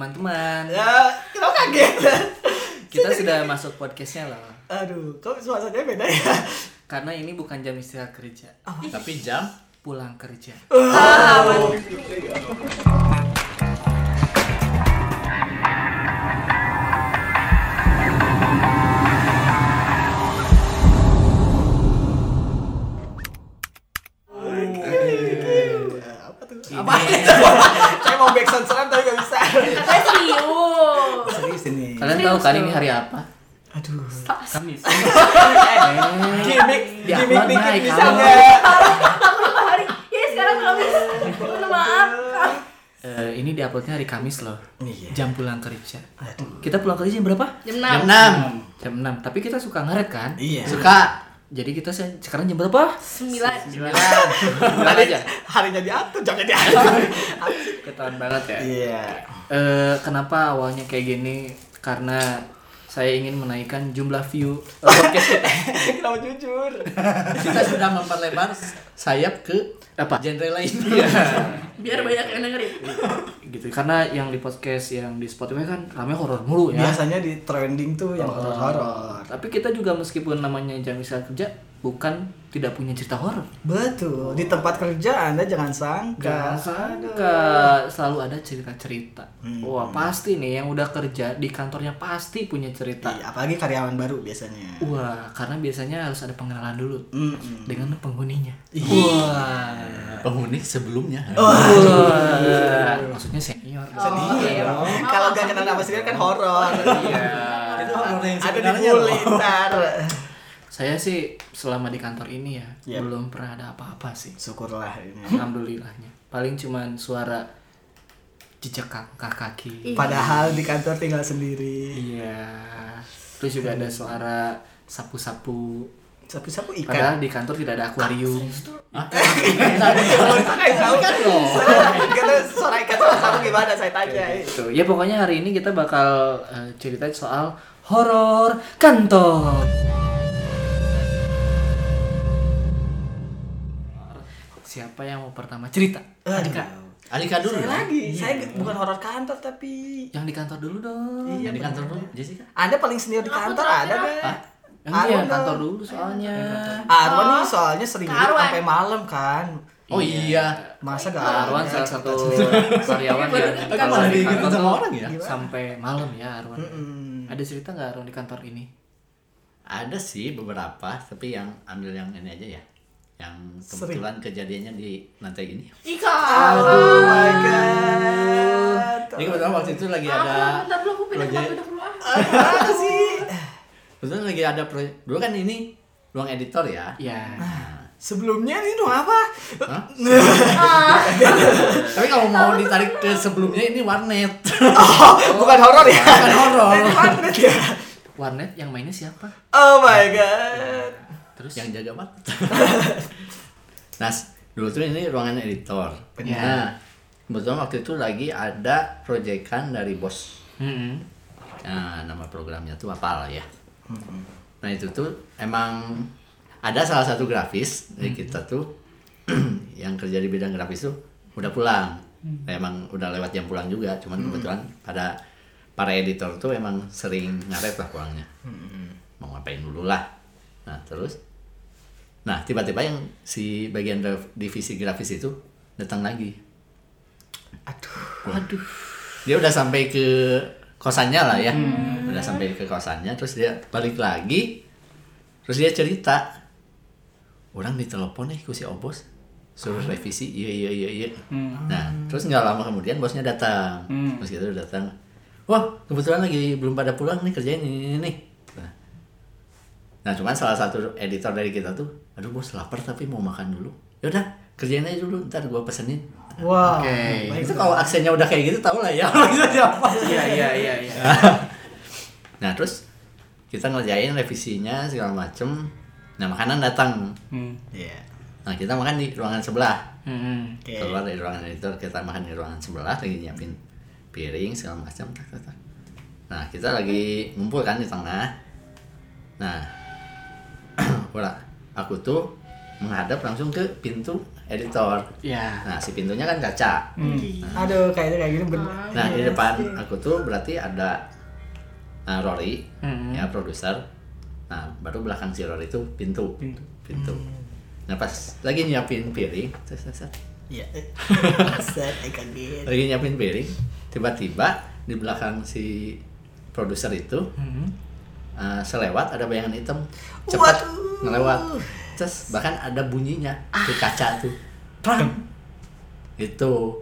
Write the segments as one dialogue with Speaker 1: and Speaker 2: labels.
Speaker 1: teman-teman
Speaker 2: Ya, kenapa kaget?
Speaker 1: kita sudah masuk podcastnya loh
Speaker 2: Aduh, kok suasananya beda ya?
Speaker 1: karena ini bukan jam istirahat kerja
Speaker 2: Oh.
Speaker 3: Tapi jam
Speaker 1: pulang kerja
Speaker 2: Eh, apa tuh? Apa? Saya mau back sound slam tapi gak bisa.
Speaker 4: Saya serius.
Speaker 2: Serius ini.
Speaker 1: kalian tahu kan ini hari apa Eh,
Speaker 2: Aduh.
Speaker 1: Kamis
Speaker 2: Eh, Gimik,
Speaker 1: Ya,
Speaker 2: gimik
Speaker 1: aman,
Speaker 2: dikit
Speaker 1: baik,
Speaker 2: bisa
Speaker 1: aman.
Speaker 2: nggak?
Speaker 4: Hari, ya sekarang kalau bisa. Mohon maaf.
Speaker 1: Eh, ini diuploadnya hari Kamis loh
Speaker 2: Iya.
Speaker 1: jam pulang kerja kita pulang kerja jam berapa
Speaker 4: Jam
Speaker 3: jam 6
Speaker 4: 6.
Speaker 1: jam 6 tapi kita suka ngaret kan
Speaker 2: Iya.
Speaker 3: suka
Speaker 1: jadi kita se- sekarang jam berapa
Speaker 4: 9.
Speaker 1: Bilang aja
Speaker 2: Harinya diatur, jamnya diatur.
Speaker 1: ketahuan banget ya
Speaker 2: Iya.
Speaker 1: Eh, kenapa awalnya kayak gini karena saya ingin menaikkan jumlah view eh, podcast kita.
Speaker 2: Kenapa jujur?
Speaker 3: kita sudah memperlebar sayap ke
Speaker 1: apa Iya.
Speaker 3: genre lain
Speaker 4: Biar banyak yang dengerin.
Speaker 1: gitu karena yang di podcast yang di Spotify kan rame horor mulu ya
Speaker 2: Biasanya di trending tuh yang horor-horor.
Speaker 1: tapi kita juga meskipun namanya jam istirahat kerja bukan tidak punya cerita horor
Speaker 2: Betul. Di tempat kerja Anda jangan
Speaker 1: Gak
Speaker 2: sangka.
Speaker 1: sangka selalu ada cerita-cerita wah pasti nih yang udah kerja di kantornya pasti punya cerita
Speaker 2: Iya, apalagi karyawan baru biasanya.
Speaker 1: wah karena biasanya harus ada pengenalan dulu
Speaker 2: Mm-mm.
Speaker 1: dengan penghuninya wah
Speaker 3: penghuni Nah. Oh, sebelumnya
Speaker 1: Wah, maksudnya senior.
Speaker 4: Oke.
Speaker 2: Kalau gak kenal nama sendiri kan horor.
Speaker 3: itu horor Iya.
Speaker 2: Ada
Speaker 3: yang sebenarnya loh.
Speaker 2: dibully ntar.
Speaker 1: Saya sih selama di kantor ini ya
Speaker 2: Iya.
Speaker 1: belum pernah ada apa-apa sih.
Speaker 2: Syukurlah ini.
Speaker 1: Alhamdulillahnya. Paling cuman suara jejak langkah kaki.
Speaker 2: Iya. Padahal di kantor tinggal sendiri.
Speaker 1: Iya. Terus juga ada suara sapu-sapu.
Speaker 2: Sapu-sapu ikan.
Speaker 1: Padahal di kantor tidak ada akuarium.
Speaker 2: Saya tahu kan Kita suara ikan sama sapu gimana saya tanya.
Speaker 1: Tuh, ya pokoknya hari ini kita bakal eh, ceritain soal horor kantor. Siapa yang mau pertama cerita?
Speaker 2: Aduh. iya.
Speaker 3: Alika dulu
Speaker 2: Saya
Speaker 3: dong.
Speaker 2: lagi, saya bukan horor kantor tapi
Speaker 1: Yang di kantor dulu dong.
Speaker 3: yang di kantor dulu Jessica
Speaker 2: Anda paling senior di kantor ada nggak?
Speaker 1: Yang dia
Speaker 2: Arwan dong.
Speaker 1: Iya, kantor dulu soalnya.
Speaker 2: Arwan nih soalnya sering
Speaker 4: Kak Arwan.
Speaker 2: sampai malam kan.
Speaker 3: oh iya
Speaker 2: Masa gak
Speaker 1: Arwan
Speaker 2: ada?
Speaker 1: salah satu karyawan
Speaker 4: Baru
Speaker 1: ya.
Speaker 4: di
Speaker 1: Kalau
Speaker 3: kantor.
Speaker 1: di kantor
Speaker 3: Sama
Speaker 1: tuh
Speaker 3: orang ya?
Speaker 1: Sampai malam ya Arwan.
Speaker 2: Mm-mm.
Speaker 1: Ada cerita nggak Arwan di kantor ini?
Speaker 3: ada sih beberapa tapi yang ambil yang ini aja ya yang
Speaker 2: Sering.
Speaker 3: kebetulan kejadiannya di lantai ini
Speaker 4: Ika.
Speaker 2: Aduh Oh my god.
Speaker 3: jadi kebetulan waktu itu lagi Iya,
Speaker 4: Ah,
Speaker 3: ada
Speaker 4: bentar dulu ah. aku pindah
Speaker 3: proyek
Speaker 4: kamar, pindah keluar.
Speaker 2: Apa sih?
Speaker 3: kebetulan lagi ada proyek dulu kan ini ruang editor ya
Speaker 1: Ya.
Speaker 2: Sebelumnya ini dong apa?
Speaker 3: Hah?
Speaker 4: Ah,
Speaker 3: Tapi kalau mau ditarik ke sebelumnya ini warnet.
Speaker 2: Oh, bukan horor ya?
Speaker 3: Bukan horor.
Speaker 2: Ini Warnet ya?
Speaker 1: Warnet yang mainnya siapa?
Speaker 2: Oh my god.
Speaker 1: Terus
Speaker 3: Yang jaga warnet. nah, s- dulu tuh ini ruangan editor.
Speaker 1: Benar.
Speaker 3: Nah, kebetulan waktu itu lagi ada proyekan dari bos.
Speaker 1: Mm-mm.
Speaker 3: Nah, nama programnya tuh apa lah ya? Nah itu tuh emang ada salah satu grafis dari kita tuh yang kerja di bidang grafis tuh udah pulang. Nah, Emang udah lewat jam pulang juga, cuman kebetulan pada para editor tuh emang sering ngaret lah pulangnya. Mau ngapain dulu lah. Nah terus, nah tiba-tiba yang si bagian graf- divisi grafis itu datang lagi.
Speaker 1: Waduh.
Speaker 3: Dia udah sampai ke kosannya lah ya, udah sampai ke kosannya, terus dia balik lagi, terus dia cerita orang ditelepon nih ku si obos suruh revisi iya iya iya iya nah terus nggak lama kemudian bosnya datang terus gitu datang wah kebetulan lagi belum pada pulang nih kerjain ini ini, ini. Nah. nah cuman salah satu editor dari kita tuh aduh bos lapar tapi mau makan dulu yaudah kerjain aja dulu ntar gua pesenin
Speaker 2: Wow.
Speaker 1: Oke.
Speaker 2: Baik.
Speaker 3: itu kalau aksennya udah kayak gitu tau lah ya orangnya siapa
Speaker 1: Iya iya iya iya.
Speaker 3: nah terus kita ngerjain revisinya segala macem nah makanan datang
Speaker 1: Mm.
Speaker 2: Iya.
Speaker 3: nah kita makan di ruangan sebelah
Speaker 1: Mm-mm.
Speaker 2: Oke.
Speaker 3: keluar dari ruangan editor kita makan di ruangan sebelah lagi nyiapin piring segala macam tak, tak, tak. nah kita lagi ngumpul kan di tengah nah ora aku tuh menghadap langsung ke pintu editor.
Speaker 1: Ya.
Speaker 3: Nah, si pintunya kan kaca.
Speaker 2: Aduh, kayak itu kayak gitu. bener.
Speaker 3: Nah, di depan aku tuh berarti ada uh, Rory,
Speaker 2: Mm-hmm.
Speaker 3: ya produser. Nah, baru belakang si Rory itu pintu. Pintu.
Speaker 2: Mm.
Speaker 3: Nah, pas lagi nyiapin piring, set, set, set.
Speaker 2: Iya. Set, eh, kaget.
Speaker 3: lagi nyiapin piring, tiba-tiba di belakang si produser itu
Speaker 2: Mm-hmm.
Speaker 3: uh, selewat ada bayangan hitam cepat
Speaker 2: Waduh. Ah.
Speaker 3: melewat. Terus bahkan ada bunyinya di kaca tuh. Prang. Gitu.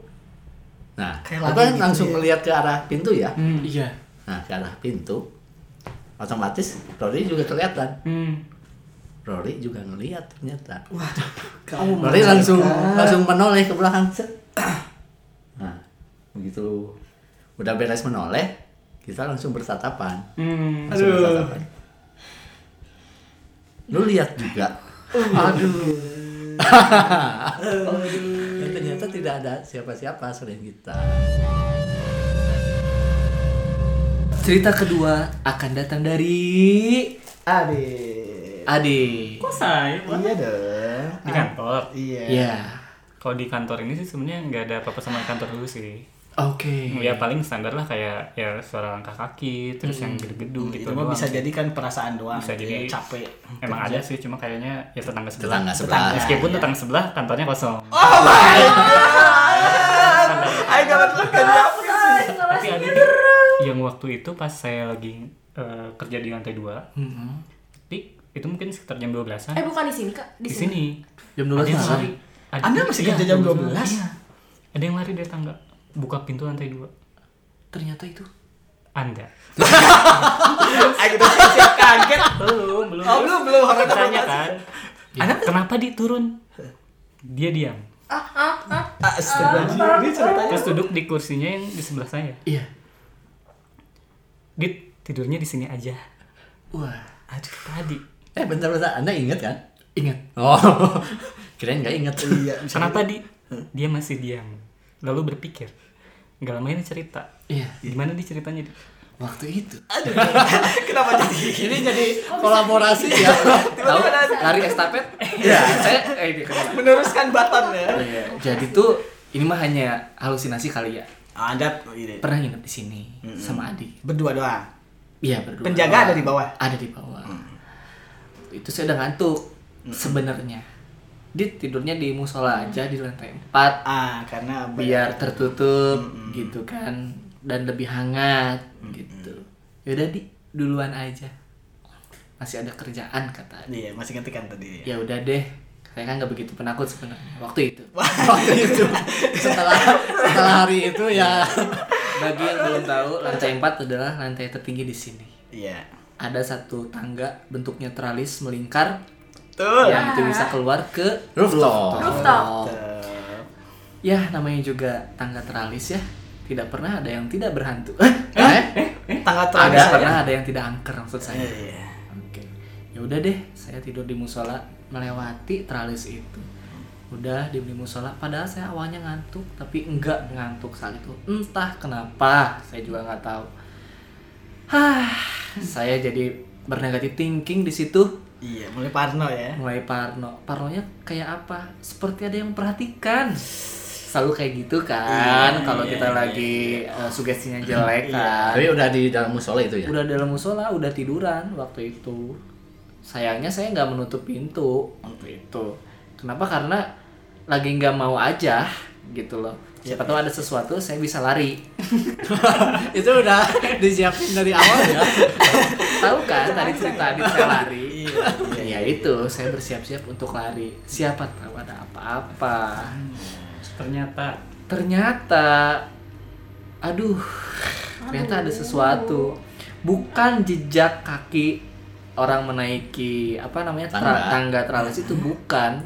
Speaker 3: Nah,
Speaker 2: Kayak
Speaker 3: aku kan
Speaker 2: lagi gitu
Speaker 3: langsung
Speaker 2: ya.
Speaker 3: melihat ke arah pintu ya.
Speaker 1: Iya.
Speaker 3: Nah, ke arah pintu, otomatis Rory juga kelihatan. Rory juga ngelihat ternyata.
Speaker 1: Kamu
Speaker 3: Rory langsung langsung menoleh ke belakang. set. Nah, begitu udah beres menoleh, kita langsung bertatapan. Langsung bertatapan. Lu lihat juga. Aduh. Dan ternyata tidak ada siapa-siapa selain kita.
Speaker 1: cerita kedua akan datang dari
Speaker 2: Ade.
Speaker 1: Ade.
Speaker 5: Kok saya?
Speaker 2: Iya dong.
Speaker 5: Di kantor.
Speaker 2: Iya.
Speaker 1: Ya.
Speaker 5: Kalau di kantor ini sih sebenarnya nggak ada apa-apa sama kantor dulu sih.
Speaker 2: Hmm.
Speaker 1: Oke.
Speaker 5: Ya paling standar lah kayak ya suara langkah kaki, terus yang gedung-gedung
Speaker 2: Hmm. Itu
Speaker 5: gitu.
Speaker 2: mah
Speaker 5: doang.
Speaker 2: bisa jadi kan perasaan doang.
Speaker 5: Bisa jadi.
Speaker 2: Iya, capek.
Speaker 5: Emang ada sih, cuma kayaknya ya tetangga sebelah.
Speaker 3: Tetangga sebelah.
Speaker 5: Meskipun tetangga sebelah kantornya kosong.
Speaker 2: Iya. Oh my god. Ayo dapat pekerjaan.
Speaker 5: Tapi
Speaker 2: iya.
Speaker 5: ada nih, yang waktu itu pas saya lagi eh, kerja di lantai dua,
Speaker 2: Hmm.
Speaker 5: Tik, itu mungkin sekitar jam 12-an.
Speaker 4: Eh bukan di sini kak, di
Speaker 5: di
Speaker 4: sini.
Speaker 5: sini.
Speaker 1: Jam 12
Speaker 5: Ada yang
Speaker 1: malam?
Speaker 5: lari. Ada-
Speaker 2: Anda masih kerja jam 12?
Speaker 5: Iya. Ada yang lari dari tangga. Buka pintu lantai dua.
Speaker 1: Ternyata itu.
Speaker 5: Anda.
Speaker 2: Ayo kita siap kaget.
Speaker 5: Belum, belum.
Speaker 2: Oh, belum belum orang
Speaker 5: Kita tanya kan. Kenapa diturun? Dia diam.
Speaker 4: Ah ah ah.
Speaker 2: Astagfirullah. Ini ceritanya.
Speaker 5: Terus duduk di kursinya yang di sebelah saya.
Speaker 1: Iya.
Speaker 5: Dit, tidurnya di sini aja.
Speaker 1: Wah.
Speaker 5: Aduh, tadi.
Speaker 3: Eh, bentar-bentar, Anda ingat kan?
Speaker 1: Ingat.
Speaker 3: Oh, kirain nggak inget.
Speaker 2: Iya. bisa
Speaker 5: Kenapa di? Dia masih diam. Lalu berpikir. Gak lama ini cerita.
Speaker 1: Iya.
Speaker 5: Gimana di ceritanya? Dit?
Speaker 1: Waktu itu.
Speaker 2: Kenapa jadi
Speaker 3: Ini jadi kolaborasi ya.
Speaker 1: Tahu lari estafet? Iya. Saya eh ini kenapa?
Speaker 2: meneruskan baton ya?
Speaker 1: Jadi tuh ini mah hanya halusinasi kali ya.
Speaker 2: Anda ini
Speaker 1: Pernah nginep di sini sama Adi.
Speaker 2: berdua doang.
Speaker 1: Iya berdua.
Speaker 2: Penjaga ada di bawah. Mm.
Speaker 1: Ada di bawah. Itu saya udah ngantuk sebenarnya. Dit tidurnya di musola aja di lantai 4
Speaker 2: Ah, karena
Speaker 1: biar tertutup gitu kan dan lebih hangat gitu yaudah di duluan aja masih ada kerjaan kata Adi.
Speaker 2: Iya, masih ngerti kan tadi.
Speaker 1: ya udah deh saya kan nggak begitu penakut sebenarnya waktu itu
Speaker 3: Waktu itu setelah setelah hari itu ya.
Speaker 1: bagi yang belum tahu lantai 4 adalah lantai tertinggi di sini
Speaker 2: Iya.
Speaker 1: ada satu tangga bentuknya tralis melingkar
Speaker 2: Tuh.
Speaker 1: yang itu bisa keluar ke
Speaker 3: Rooftop.
Speaker 1: Oh.
Speaker 4: Rooftop.
Speaker 1: ya namanya juga tangga tralis ya tidak pernah ada yang tidak berhantu
Speaker 3: Eh?
Speaker 1: ada
Speaker 2: Tanggal terakhir
Speaker 1: pernah ada yang tidak angker maksud saya
Speaker 2: ya? Iya.
Speaker 1: Oke. Ya udah deh, saya tidur di musola melewati tralis itu. Udah di di musola, padahal saya awalnya ngantuk, tapi enggak ngantuk saat itu. Entah kenapa, saya juga nggak tahu. Hah, saya jadi bernegatif thinking di situ.
Speaker 2: Iya, mulai Parno ya.
Speaker 1: Mulai parno. Parnonya kayak apa? Seperti ada yang memperhatikan. Selalu kayak gitu kan, kalau kita lagi eh, sugestinya jelek kan.
Speaker 3: Tapi udah di dalam musola itu ya.
Speaker 1: Udah dalam musola, udah tiduran waktu itu. Sayangnya saya nggak menutup pintu waktu itu. Kenapa? Karena lagi nggak mau aja gitu loh. Siapa tahu ada sesuatu, saya bisa lari.
Speaker 3: itu udah disiapin dari awal ya.
Speaker 1: tahu kan tadi cerita Adit saya lari. ya itu, saya bersiap-siap untuk lari. Siapa tahu ada apa-apa.
Speaker 5: Ternyata
Speaker 1: Ternyata, aduh, ternyata ada sesuatu. Bukan jejak kaki orang menaiki apa namanya tra-
Speaker 3: Tangga.
Speaker 1: tangga tralis itu bukan,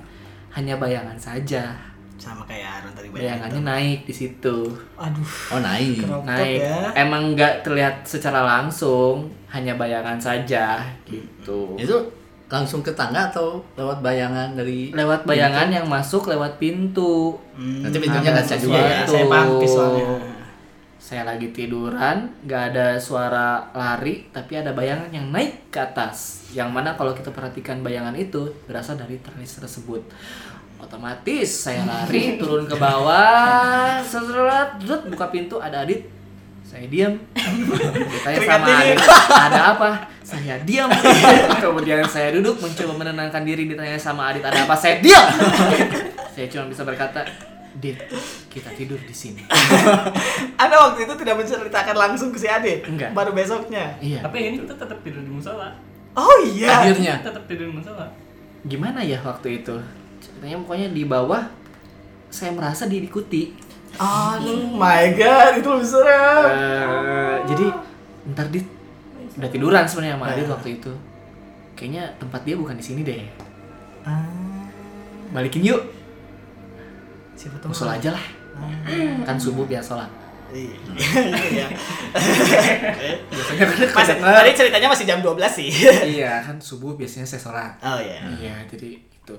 Speaker 1: hanya bayangan saja.
Speaker 2: Sama kayak Aaron tadi
Speaker 1: Bayangannya naik di situ,
Speaker 2: Aduh,
Speaker 3: Oh naik.
Speaker 2: Kenapa? Otot
Speaker 1: kan? naik.
Speaker 2: ya.
Speaker 1: Emang nggak terlihat secara langsung, hanya bayangan saja gitu.
Speaker 3: Itu langsung ke tangga atau lewat bayangan dari
Speaker 1: Lewat bayangan yang masuk lewat pintu.
Speaker 2: Hmm. Iya,
Speaker 3: nanti pintunya kaca juga ya.
Speaker 1: Sesuatu.
Speaker 2: saya pampis soalnya.
Speaker 1: Saya lagi tiduran, nggak ada suara lari, tapi ada bayangan yang naik ke atas. Yang mana kalau kita perhatikan bayangan itu berasal dari tralis tersebut. Otomatis saya lari turun ke bawah, seret, seret, buka pintu ada Adit. Saya diam. Ditanya sama Adit, ada apa? Saya diam. Kemudian saya duduk mencoba menenangkan diri ditanya sama Adit ada apa? Saya diam. saya cuma bisa berkata, Dit, kita tidur di sini.
Speaker 2: Anda waktu itu tidak menceritakan langsung ke si Adit?
Speaker 1: Enggak.
Speaker 2: Baru besoknya?
Speaker 1: Iya.
Speaker 5: Tapi ini kita tetap tidur di musola.
Speaker 2: Oh iya.
Speaker 3: Akhirnya.
Speaker 5: Tetap tidur di musola.
Speaker 1: gimana ya waktu itu ceritanya pokoknya di bawah saya merasa diikuti
Speaker 2: Aduh, my god, itu lebih serem.
Speaker 1: Eh, jadi ntar di udah tiduran sebenarnya sama Adit waktu itu kayaknya tempat dia bukan di sini deh balikin yuk
Speaker 2: Siapa tahu.
Speaker 1: musola aja lah kan subuh biasa sholat
Speaker 2: Iya.
Speaker 1: biasanya kan
Speaker 2: Mas, tadi ceritanya masih jam 12 sih.
Speaker 1: iya kan subuh biasanya saya sholat
Speaker 2: Oh iya.
Speaker 1: iya jadi itu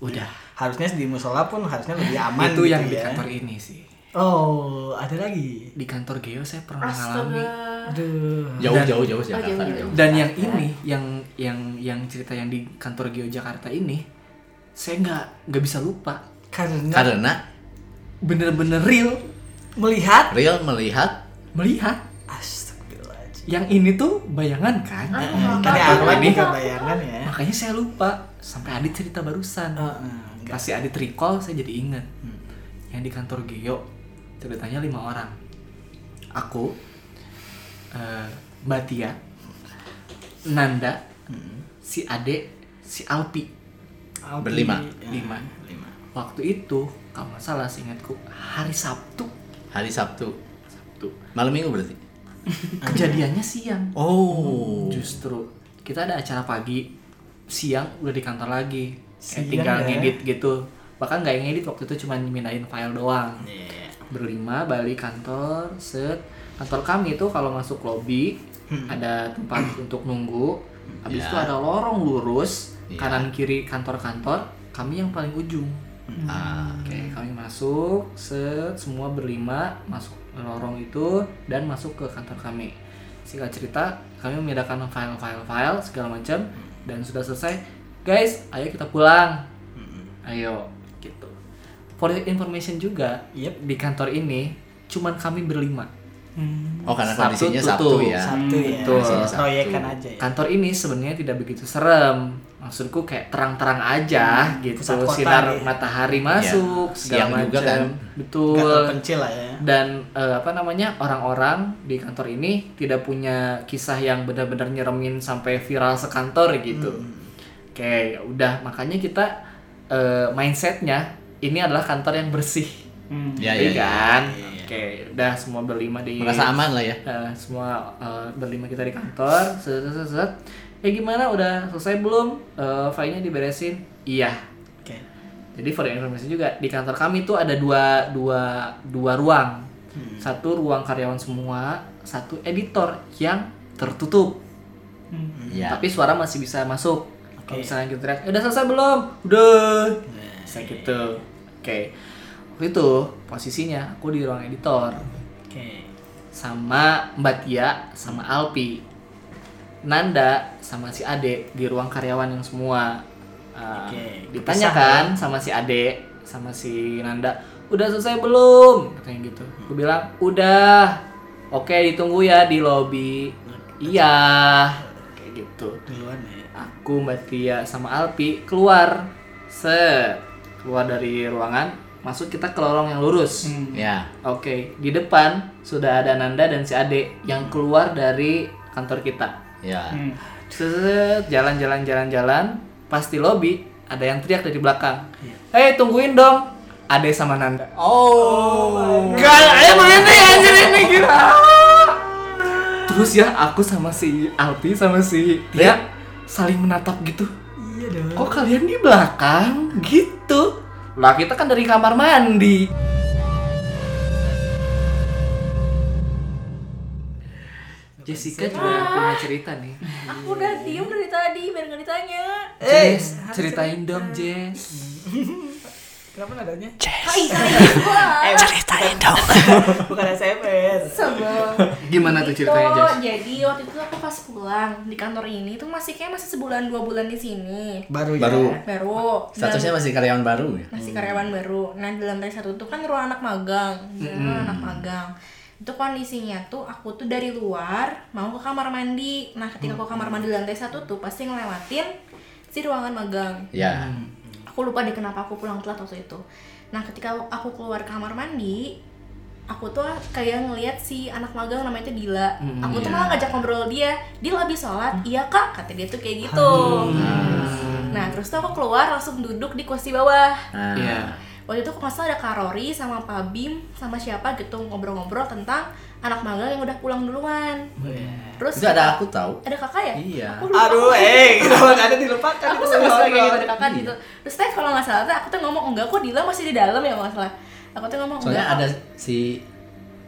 Speaker 1: udah
Speaker 2: Harusnya di musola pun harusnya lebih aman
Speaker 1: itu
Speaker 2: gitu
Speaker 1: yang di
Speaker 2: ya.
Speaker 1: kantor ini sih
Speaker 2: Oh, ada lagi.
Speaker 1: di kantor Geo saya pernah
Speaker 4: Astaga.
Speaker 1: mengalami
Speaker 2: Aduh.
Speaker 3: Jauh
Speaker 1: Dan-
Speaker 3: jauh Oh, jauh Jakarta.
Speaker 4: jauh, jauh.
Speaker 3: jauh.
Speaker 1: dan yang ini yang yang yang cerita yang di kantor Geo Jakarta ini saya nggak nggak bisa lupa
Speaker 2: Karena
Speaker 3: Karena
Speaker 1: bener-bener real
Speaker 2: melihat
Speaker 3: real melihat
Speaker 1: melihat
Speaker 2: Astagfirullahaladzim.
Speaker 1: yang ini tuh bayangan kan
Speaker 2: Tadi
Speaker 1: Aku
Speaker 2: awal
Speaker 1: ini.
Speaker 2: juga bayangan ya.
Speaker 1: makanya saya lupa sampai Adit cerita barusan
Speaker 2: Oh, enggak.
Speaker 1: kasih Adit recall saya jadi ingat yang di kantor Geo ceritanya lima orang aku eh, Mbak Tia Nanda si Ade si Alpi
Speaker 2: Alpi,
Speaker 3: Berlima.
Speaker 2: ya,
Speaker 1: Lima.
Speaker 2: Lima.
Speaker 1: waktu itu kalau nggak salah seingatku hari Sabtu
Speaker 3: hari Sabtu. Sabtu. Malam Minggu berarti.
Speaker 1: kejadiannya siang
Speaker 3: Oh.
Speaker 1: justru kita ada acara pagi siang udah di kantor lagi Kayak
Speaker 2: Siang
Speaker 1: tinggal
Speaker 2: ya.
Speaker 1: ngedit gitu bahkan nggak ngedit waktu itu cuma mindahin file doang
Speaker 2: Iya.
Speaker 1: berlima balik kantor set kantor kami itu kalau masuk lobi
Speaker 2: Hmm.
Speaker 1: ada tempat untuk nunggu habis
Speaker 3: Ya.
Speaker 2: Iya.
Speaker 1: itu ada lorong lurus
Speaker 3: Ya.
Speaker 1: kanan kiri kantor-kantor kami yang paling ujung
Speaker 3: Ah.
Speaker 1: Oke, kami masuk, set, semua berlima masuk lorong itu dan masuk ke kantor kami. Singkat cerita, kami memindahkan file-file file segala macam dan sudah selesai. Guys, ayo kita pulang. Ayo, gitu. For your information juga,
Speaker 2: Yep.
Speaker 1: di kantor ini cuman kami berlima.
Speaker 3: Oh karena
Speaker 1: Sabtu
Speaker 3: kondisinya
Speaker 1: tutup.
Speaker 3: Sabtu ya.
Speaker 2: Sabtu ya.
Speaker 1: Betul.
Speaker 2: Masih Proyekan aja ya.
Speaker 1: Kantor ini sebenarnya tidak begitu serem. Maksudku kayak terang-terang aja gitu,
Speaker 2: pusat kota
Speaker 1: sinar
Speaker 2: ya.
Speaker 1: matahari masuk
Speaker 3: Siang
Speaker 1: segala
Speaker 3: juga kan.
Speaker 1: macam.
Speaker 2: Nggak
Speaker 1: Betul.
Speaker 2: terpencil lah ya.
Speaker 1: dan eh, apa namanya orang-orang di kantor ini tidak punya kisah yang benar-benar nyeremin sampai viral sekantor gitu.
Speaker 3: Hmm.
Speaker 1: Oke, ya udah makanya kita eh, mindsetnya ini adalah kantor yang bersih,
Speaker 5: Hmm.
Speaker 3: Ya
Speaker 1: Iya
Speaker 3: ya. ya.
Speaker 1: kan?
Speaker 2: iya, iya.
Speaker 1: Oke, udah semua berlima di
Speaker 3: Merasa aman lah ya.
Speaker 1: eh, semua eh, berlima kita di kantor, set set, set, set. Eh gimana udah selesai belum? Eh, filenya diberesin? Iya.
Speaker 2: Oke.
Speaker 1: Jadi for your information juga di kantor kami tuh ada dua dua dua ruang. Satu ruang karyawan semua, satu editor yang tertutup.
Speaker 3: Ya.
Speaker 1: Tapi suara masih bisa masuk. Kalau
Speaker 2: Oke.
Speaker 1: misalnya kita teriak, "Eh, udah selesai belum? Udah. Bisa gitu. Oke. Waktu itu posisinya aku di ruang editor
Speaker 2: Oke.
Speaker 1: sama Mbak Tia sama Alpi. Nanda sama si Ade di ruang karyawan yang semua. Uh,
Speaker 2: Oke,
Speaker 1: Ditanyakan sama si Ade sama si Nanda, "Udah selesai belum?" katanya gitu. Aku bilang, "Udah." Oke, ditunggu ya di lobi. Iya. Kayak gitu
Speaker 2: Duluan ya.
Speaker 1: aku Mbak Tia sama Alpi keluar se keluar dari ruangan masuk kita ke lorong yang lurus
Speaker 5: Hmm.
Speaker 3: Ya.
Speaker 1: oke di depan sudah ada Nanda dan si Ade yang keluar dari kantor kita
Speaker 3: Ya.
Speaker 5: Hmm.
Speaker 1: Set, jalan jalan jalan jalan pasti lobi ada yang teriak dari belakang hei tungguin dong Ade sama Nanda oh, Gak, ayo main nih anjir ini gila terus ya aku sama si Alpi sama si Tia saling menatap gitu
Speaker 2: Iya dong.
Speaker 1: kok kalian di belakang gitu lah kita kan dari kamar mandi Jessica juga punya cerita nih
Speaker 4: Aku udah diem dari tadi biar nggak ditanya.
Speaker 1: Jess ceritain dong Jess
Speaker 2: Kenapa nadanya?
Speaker 4: Hai, Eh, guys, gua.
Speaker 3: Eh, ya.
Speaker 2: Ceritain dong. Bukan SMS.
Speaker 4: Sebel.
Speaker 1: Gimana tuh ceritanya,
Speaker 4: Gitu,
Speaker 1: Jess?
Speaker 4: Jadi waktu itu aku pas pulang di kantor ini tuh masih kayak masih sebulan dua bulan di sini.
Speaker 2: Baru ya.
Speaker 3: Baru.
Speaker 4: Baru. Dan-
Speaker 3: Statusnya masih karyawan baru ya.
Speaker 4: masih karyawan baru. Nah di lantai satu itu kan ruang anak magang, Di ruang anak magang. Itu kondisinya tuh aku tuh dari luar mau ke kamar mandi. Nah ketika aku ke kamar mandi di lantai satu tuh pasti ngelewatin si ruangan magang.
Speaker 3: Ya.
Speaker 4: Hmm. Aku lupa deh kenapa aku pulang telat waktu itu. Nah ketika aku keluar kamar mandi, aku tuh kayak ngeliat si anak magang namanya tuh Dila. aku tuh
Speaker 3: iya.
Speaker 4: malah ngajak ngobrol dia. Dila habis sholat, iya kak kata dia tuh kayak gitu. Nah terus tuh aku keluar langsung duduk di kursi bawah
Speaker 3: Nah,
Speaker 1: Iya.
Speaker 4: waktu itu kalau nggak salah ada Karori sama Pak Bim sama siapa gitu ngobrol-ngobrol tentang anak magang yang udah pulang duluan terus
Speaker 3: Itu ada aku tahu.
Speaker 4: ada kakak ya
Speaker 3: Iya.
Speaker 4: aku lupa
Speaker 2: Aduh, eh, kenapa nggak ada dilupakan?
Speaker 4: aku
Speaker 2: Itu
Speaker 4: sama sekali
Speaker 2: horor.
Speaker 4: kayak gitu kakak gitu terus teh kalau nggak salah teh aku tuh ngomong enggak kok Dila masih di dalam ya kalau nggak salah aku tuh ngomong
Speaker 3: Soalnya
Speaker 4: enggak
Speaker 3: ada si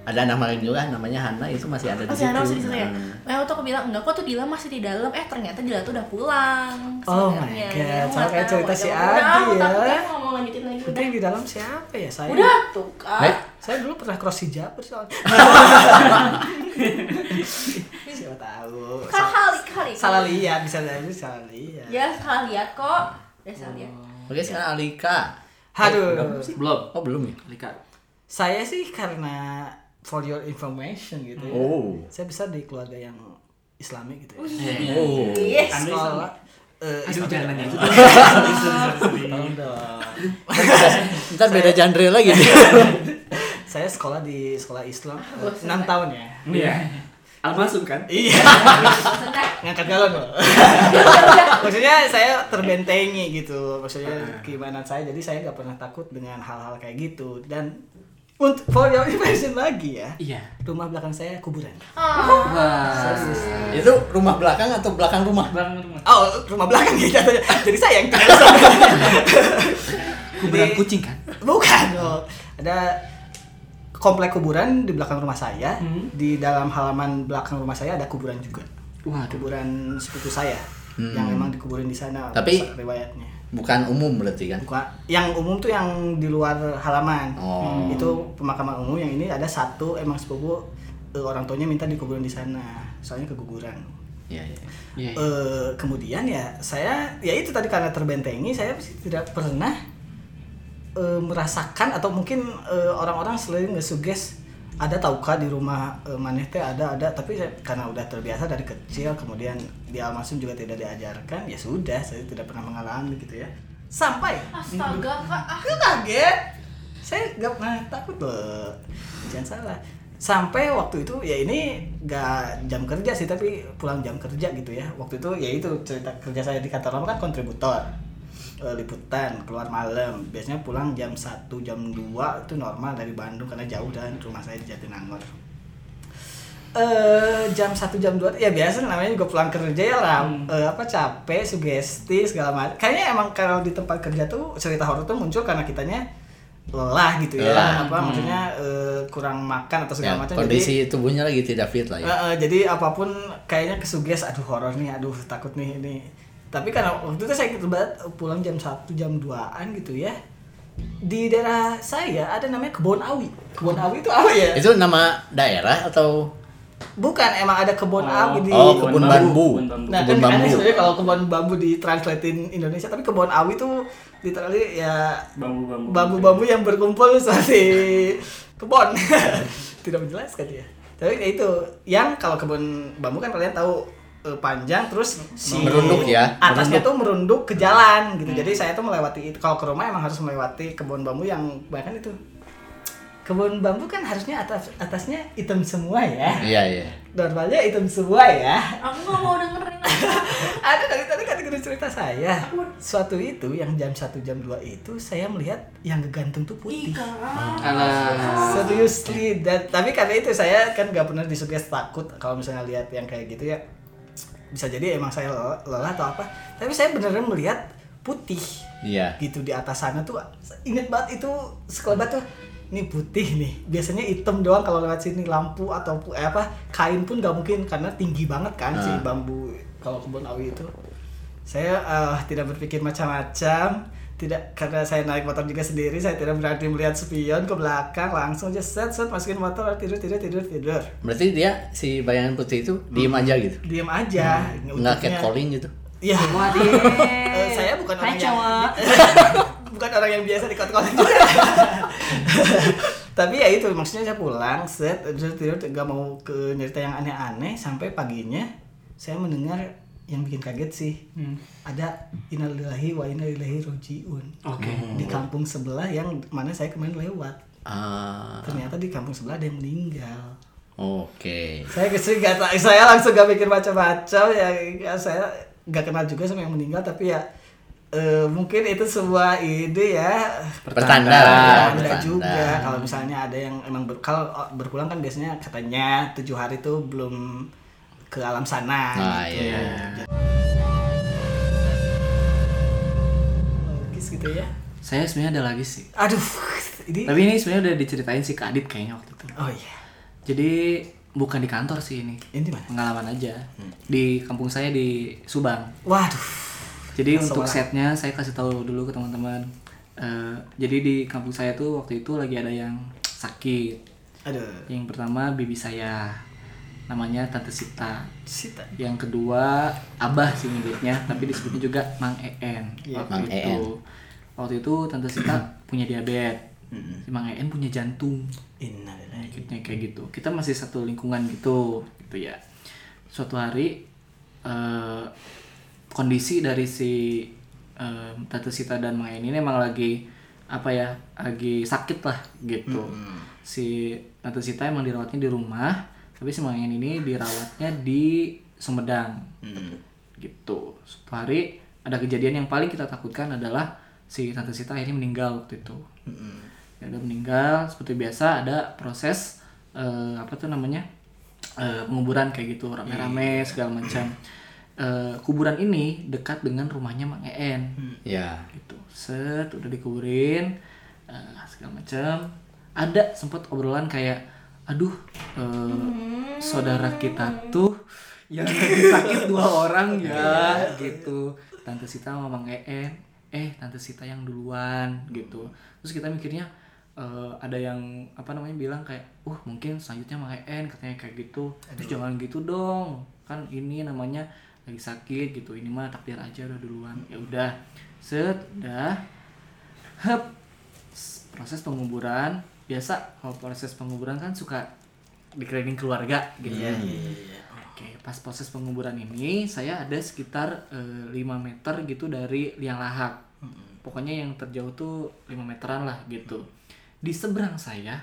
Speaker 3: ada anak magang juga namanya Hana itu masih ada di
Speaker 4: Oh,
Speaker 3: situ.
Speaker 4: si Hana masih di situ ya?
Speaker 3: Nah.
Speaker 4: Nah, waktu aku bilang, enggak kok tuh Dila masih di dalam. Eh, ternyata Dila tuh udah pulang.
Speaker 2: Oh my
Speaker 4: sebenarnya.
Speaker 2: God,
Speaker 4: Aku
Speaker 2: sama
Speaker 4: nggak
Speaker 2: kayak
Speaker 4: tahu,
Speaker 2: cerita
Speaker 4: ada
Speaker 2: si
Speaker 4: apa-apa. Udah,
Speaker 2: Adi
Speaker 4: aku
Speaker 2: ya.
Speaker 4: takutnya mau ngomong lanjutin lagi.
Speaker 2: Itu
Speaker 4: Udah,
Speaker 2: yang di dalam siapa ya saya?
Speaker 4: udah tuh, Kak.
Speaker 3: Eh?
Speaker 2: Saya dulu pernah cross hijab soalnya. Siapa tahu.
Speaker 4: Kak, kali, kali.
Speaker 2: Salah lihat, bisa jadi salah lihat.
Speaker 4: Ya, salah lihat kok. Udah salah lihat.
Speaker 3: Oke, sekarang Alika.
Speaker 2: Aduh.
Speaker 1: Belum.
Speaker 3: Oh, belum ya?
Speaker 1: Lika.
Speaker 2: Saya sih karena for your information gitu ya.
Speaker 3: Oh.
Speaker 2: Saya besar di keluarga yang islami gitu ya.
Speaker 3: Oh.
Speaker 4: Yes.
Speaker 5: Anda
Speaker 2: Sekolah eh
Speaker 1: Aduh, jangan
Speaker 2: Islami.
Speaker 1: itu.
Speaker 2: Tolong dong.
Speaker 3: Ntar beda genre lagi nih.
Speaker 2: Saya sekolah di sekolah Islam eh,
Speaker 4: Ah, Bosan,
Speaker 2: enam
Speaker 4: Pak.
Speaker 2: tahun ya.
Speaker 1: Iya. Almasum kan?
Speaker 2: Iya.
Speaker 4: Bosan, Kak.
Speaker 2: Ngangkat galon loh. Maksudnya saya terbentengi gitu. Maksudnya keimanan saya jadi saya nggak pernah takut dengan hal-hal kayak gitu dan untuk for your information lagi ya.
Speaker 1: Iya.
Speaker 2: Rumah belakang saya kuburan.
Speaker 4: Ah.
Speaker 1: Wah.
Speaker 3: itu rumah belakang atau belakang rumah?
Speaker 5: Bang rumah.
Speaker 2: Oh, rumah belakang ya jatuhnya. Jadi saya yang kena.
Speaker 1: Kuburan
Speaker 2: Jadi-
Speaker 1: kucing kan?
Speaker 2: Bukan dong. Ada komplek kuburan di belakang rumah saya. Di dalam halaman belakang rumah saya ada kuburan juga.
Speaker 1: Waduh.
Speaker 2: Kuburan sepupu saya yang memang dikuburin di sana.
Speaker 3: Tapi-
Speaker 2: besar riwayatnya.
Speaker 3: Bukan umum berarti kan?
Speaker 2: Buka. Yang umum tuh yang di luar halaman. Hmm,
Speaker 3: Oh.
Speaker 2: Itu pemakaman umum yang ini ada satu emang sepupu eh, orang tuanya minta dikuburin di sana. Soalnya keguguran.
Speaker 3: Iya, iya.
Speaker 1: Iya. iya.
Speaker 2: Eh, kemudian ya saya ya itu tadi karena terbentengi saya sih tidak pernah eh, merasakan atau mungkin eh, orang-orang selalu ngesuges ada taukah di rumah eh, maneh teh ada ada tapi saya- karena udah terbiasa dari kecil kemudian di almasum juga tidak diajarkan ya sudah saya tidak pernah mengalami gitu ya sampai
Speaker 4: Astaga, Kak. Ah.
Speaker 2: aku kaget saya nggak pernah takut loh jangan salah sampai waktu itu ya ini nggak jam kerja sih tapi pulang jam kerja gitu ya waktu itu ya itu cerita kerja saya di kantor lama kan kontributor Eh, liputan keluar malam biasanya pulang jam 1 jam 2 itu normal dari Bandung karena jauh dan rumah saya di Jatinangor eh jam 1 jam 2 ya biasa namanya juga pulang kerja ya lah
Speaker 3: Hmm.
Speaker 2: Eh, apa capek sugesti segala macam kayaknya emang kalau di tempat kerja tuh cerita horor tuh muncul karena kitanya lelah gitu ya
Speaker 3: Lelah. Hmm.
Speaker 2: apa maksudnya eh, kurang makan atau
Speaker 3: Ya,
Speaker 2: segala macam jadi
Speaker 3: kondisi tubuhnya lagi tidak fit lah ya.
Speaker 2: eh, eh, jadi apapun kayaknya kesuges aduh horor nih aduh takut nih ini tapi karena waktu itu saya gitu banget pulang jam 1 jam 2an gitu ya di daerah saya ada namanya kebon awi kebon awi itu apa ya
Speaker 3: Itu nama daerah atau
Speaker 2: bukan emang ada kebon awi di
Speaker 3: Oh, kebun bambu.
Speaker 5: Kebun bambu.
Speaker 2: Nah,
Speaker 3: Kebun
Speaker 2: kan aneh
Speaker 3: bambu.
Speaker 2: sebenarnya kalau kebun bambu ditranslatein Indonesia, tapi kebun awi tuh literally ya
Speaker 5: Bambu-bambu.
Speaker 2: bambu-bambu yang berkumpul seperti kebun. Tidak menjelaskan ya. Tapi ya itu, yang kalau kebun bambu kan kalian tahu eh, panjang terus si
Speaker 3: Merunduk ya,
Speaker 2: atasnya tuh merunduk ke jalan gitu.
Speaker 5: Hmm.
Speaker 2: Jadi saya tuh melewati itu. Kalau ke rumah emang harus melewati kebun bambu yang bahkan itu kebun bambu kan harusnya atas atasnya hitam semua ya.
Speaker 3: Iya, iya.
Speaker 2: Normalnya hitam semua ya
Speaker 4: Aku nggak mau dengerin.
Speaker 2: ada dari tadi kategori cerita saya suatu itu yang jam 1 jam 2 itu saya melihat yang kegantung tuh putih Ah,
Speaker 1: Alah.
Speaker 2: seriously dan tapi karena itu saya kan gak pernah disuges takut kalau misalnya lihat yang kayak gitu ya bisa jadi emang saya lelah, lelah atau apa tapi saya beneran melihat putih
Speaker 3: Iya.
Speaker 2: gitu di atas sana tuh inget banget itu sekelebat tuh ini putih nih biasanya hitam doang kalau lewat sini lampu atau pu- eh, apa kain pun gak mungkin karena tinggi banget kan si bambu kalau kebun awi itu saya eh, tidak berpikir macam-macam tidak karena saya naik motor juga sendiri saya tidak berani melihat spion ke belakang langsung aja set set masukin motor tidur tidur tidur tidur
Speaker 3: Berarti dia si bayangan putih itu diem aja gitu.
Speaker 2: diam aja
Speaker 3: Enggak
Speaker 2: untuknya.
Speaker 3: catcalling gitu.
Speaker 2: Iya. Eh, saya bukan orang yang bukan orang yang biasa dikot-kotin juga. Tapi ya itu maksudnya saya pulang set terus tidur nggak mau ke cerita yang aneh-aneh sampai paginya saya mendengar yang bikin kaget sih ada innalillahi wa inna ilaihi rojiun
Speaker 1: Oke.
Speaker 2: di kampung sebelah yang mana saya kemarin lewat
Speaker 3: Ah,
Speaker 2: ternyata di kampung sebelah ada yang meninggal
Speaker 3: Oke.
Speaker 2: saya kesini gak tak saya langsung gak mikir macam-macam ya ya saya gak kenal juga sama yang meninggal tapi ya eh, mungkin itu sebuah ide ya
Speaker 3: Pertanda.
Speaker 2: ada
Speaker 3: pertanda.
Speaker 2: juga kalau misalnya ada yang emang ber- kalau berpulang kan biasanya katanya tujuh hari itu belum ke alam sana
Speaker 3: Ah,
Speaker 2: gitu.
Speaker 3: iya.
Speaker 2: logis gitu ya
Speaker 1: Saya sebenarnya ada lagi sih.
Speaker 2: aduh ini
Speaker 1: Tapi ini sebenarnya udah diceritain si Kak Adit kayaknya waktu itu.
Speaker 2: oh iya
Speaker 1: Jadi bukan di kantor sih ini.
Speaker 2: ini di mana
Speaker 1: Pengalaman aja. Di kampung saya di Subang.
Speaker 2: waduh
Speaker 1: Jadi
Speaker 2: Langsung
Speaker 1: untuk
Speaker 2: lah.
Speaker 1: setnya saya kasih tahu dulu ke teman-teman. Eh, jadi di kampung saya tuh waktu itu lagi ada yang sakit.
Speaker 2: aduh
Speaker 1: Yang pertama bibi saya namanya Tante Sita.
Speaker 2: Sita
Speaker 1: Yang kedua Abah sih nyebutnya, tapi disebutnya juga Mang EN.
Speaker 2: Iya,
Speaker 1: waktu
Speaker 3: Mang
Speaker 1: itu.
Speaker 3: EN.
Speaker 1: Waktu itu Tante Sita punya diabetes. Si Mang EN punya jantung
Speaker 2: innalillahi
Speaker 1: penyakitnya kayak gitu kita masih satu lingkungan gitu gitu ya suatu hari eh, kondisi dari si eh, Tante Sita dan Mang Ain ini emang lagi apa ya lagi sakit lah gitu si Tante Sita emang dirawatnya di rumah tapi si Mang Ain ini dirawatnya di Sumedang gitu suatu hari ada kejadian yang paling kita takutkan adalah si Tante Sita ini meninggal waktu itu ya udah meninggal seperti biasa ada proses eh, apa tuh namanya eh, penguburan kayak gitu rame-rame segala macam Eh, kuburan ini dekat dengan rumahnya Mang En
Speaker 3: Ya.
Speaker 1: gitu set udah dikuburin eh, segala macam ada sempat obrolan kayak aduh eh, saudara kita tuh yang Ya, lagi sakit dua orang ya gitu tante Sita sama Mang En eh tante Sita yang duluan gitu terus kita mikirnya eh, ada yang apa namanya bilang kayak uh mungkin selanjutnya Mang En katanya kayak gitu terus jangan gitu dong kan ini namanya lagi sakit gitu ini mah takdir aja udah duluan ya udah set udah hep S- proses penguburan biasa kalau proses penguburan kan suka dikeliling keluarga gitu ya Oke, pas proses penguburan ini saya ada sekitar eh, 5 meter gitu dari liang lahak. Pokoknya yang terjauh tuh 5 meteran lah gitu. Di seberang saya,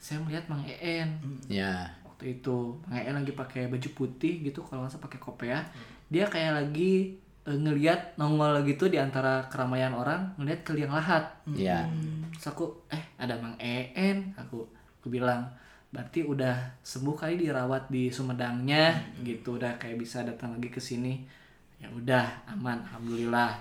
Speaker 1: saya melihat Mang En
Speaker 3: Ya.
Speaker 1: waktu itu Mang En lagi pakai baju putih gitu kalau nggak salah pakai kopiah dia kayak lagi eh, ngeliat nongol gitu di antara keramaian orang ngeliat ke liang lahat
Speaker 3: Ya.
Speaker 1: terus aku eh ada Mang En aku aku bilang berarti udah sembuh kali dirawat di Sumedangnya gitu udah kayak bisa datang lagi ke sini ya udah aman alhamdulillah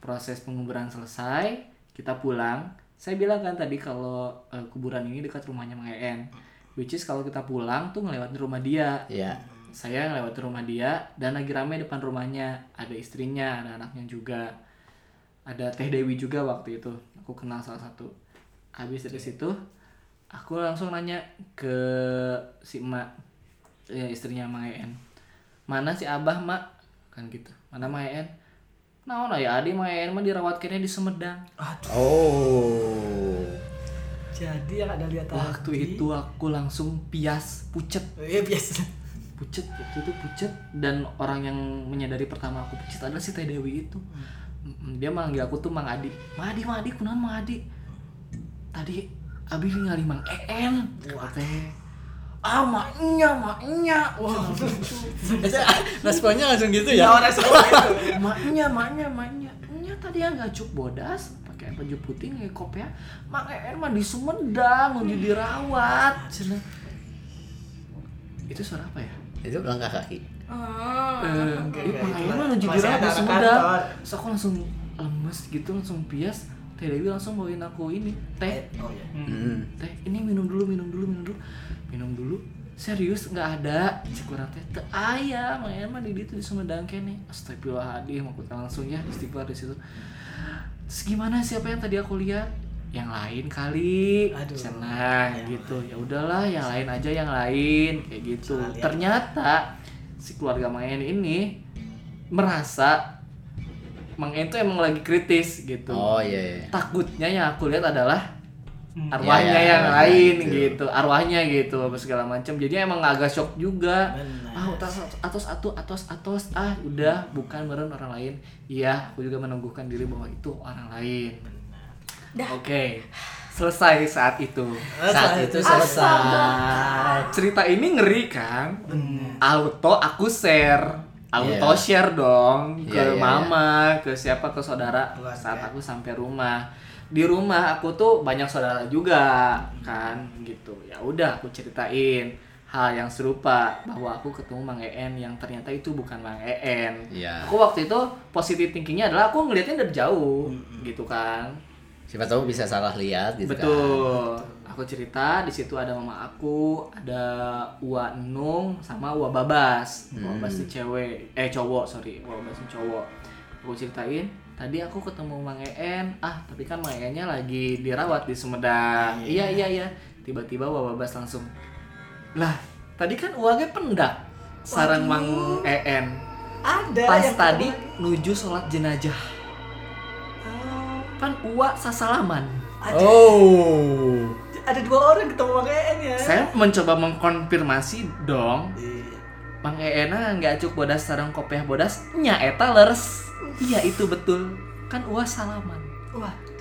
Speaker 1: proses penguburan selesai kita pulang saya bilang kan tadi kalau eh, kuburan ini dekat rumahnya Mang En which is kalau kita pulang tuh ngelewatin rumah dia
Speaker 3: Ya.
Speaker 1: saya ngelewatin rumah dia dan lagi rame depan rumahnya ada istrinya ada anaknya juga ada teh dewi juga waktu itu aku kenal salah satu habis dari situ aku langsung nanya ke si emak eh, istrinya Mang En mana si abah mak kan gitu mana Mang En nah ya adi Mang En mah dirawat kayaknya di Sumedang
Speaker 3: Oh.
Speaker 2: jadi yang ada lihat
Speaker 1: waktu itu aku langsung pias pucet
Speaker 2: ya biasa
Speaker 1: pucet waktu itu pucet dan orang yang menyadari pertama aku pucet adalah si Teh Dewi itu Mm, dia manggil aku tuh Mang Adi Mang Adi Mang Adi kunaon Mang Adi tadi abi ningali Mang En wah teh ah maknya maknya wah
Speaker 3: Responnya langsung gitu
Speaker 2: ya orang semua itu
Speaker 1: maknya maknya maknya nya tadi yang gacuk bodas pakai baju putih nge kopnya mak er mah di Sumedang udah dirawat Cenah. itu suara apa ya
Speaker 3: Itu langkah kaki.
Speaker 1: Eh,
Speaker 2: enggak,
Speaker 1: Mak
Speaker 2: enggak.
Speaker 1: Ayan mah nuju
Speaker 2: gitu Masih
Speaker 1: gerak
Speaker 2: ada
Speaker 1: masih
Speaker 2: anak
Speaker 1: muda.
Speaker 2: kantor.
Speaker 1: Terus aku langsung lemes gitu, langsung pias. Teh Dewi langsung bawain aku ini teh,
Speaker 2: oh ya
Speaker 3: Hmm.
Speaker 1: teh ini minum dulu, minum dulu, minum dulu, minum dulu. Serius nggak ada, cek kurang teh, teh ayam, ayam mah di ditu di Sumedang kene. Astagfirullahaladzim, aku langsung ya istighfar di situ. terus gimana siapa yang tadi aku lihat yang lain kali
Speaker 2: Aduh.
Speaker 1: senang gitu ya udahlah yang lain aja yang lain kayak gitu ternyata si keluarga main ini merasa Mang En tuh emang lagi kritis gitu
Speaker 3: Oh iya. iya.
Speaker 1: takutnya yang aku lihat adalah arwahnya
Speaker 3: Iya, iya,
Speaker 1: yang
Speaker 3: arwahnya
Speaker 1: lain
Speaker 3: gitu.
Speaker 1: gitu. arwahnya gitu apa segala macam jadi emang agak shock juga
Speaker 2: Benar.
Speaker 1: ah atas atas atas atas atas ah udah bukan meren orang lain iya aku juga menunggukan diri bahwa itu orang lain
Speaker 4: Dah.
Speaker 1: oke selesai saat itu
Speaker 2: Ah,
Speaker 3: Saat itu selesai.
Speaker 1: Ah, cerita ini ngeri kan auto aku share auto
Speaker 3: Iya.
Speaker 1: share dong ke
Speaker 3: Iya, iya,
Speaker 1: mama ke siapa ke saudara
Speaker 2: Keluarga.
Speaker 1: saat aku sampai rumah di rumah aku tuh banyak saudara juga kan gitu ya udah aku ceritain hal yang serupa bahwa aku ketemu Mang En yang ternyata itu bukan Mang En
Speaker 3: Iya.
Speaker 1: aku waktu itu positive thinkingnya adalah aku ngelihatnya dari jauh gitu kan
Speaker 3: Siapa tahu bisa salah lihat gitu kan.
Speaker 1: Betul. Aku cerita di situ ada mama aku, ada Ua Nung sama Ua Babas. Ua
Speaker 3: Hmm.
Speaker 1: Babas itu cewek, eh cowok sorry, Ua Babas itu cowok. Aku ceritain, tadi aku ketemu Mang En, ah tapi kan Mang Ennya lagi dirawat di Sumedang. Iya iya iya. Tiba-tiba Ua Babas langsung, lah tadi kan Ua ge pendak, sarang Mang En.
Speaker 2: Ah, ada
Speaker 1: Pas
Speaker 2: yang
Speaker 1: tadi
Speaker 2: ketemu
Speaker 1: nuju sholat jenajah,
Speaker 2: lagi.
Speaker 1: kan Ua sasalaman.
Speaker 3: Oh.
Speaker 2: Ah, ada dua orang ketemu Bang En ya Iya.
Speaker 1: Saya mencoba mengkonfirmasi dong Mang Eena nggak acuk bodas sarang kopiah bodas nya eta leres. Iya itu betul. Kan uas salaman.
Speaker 2: wah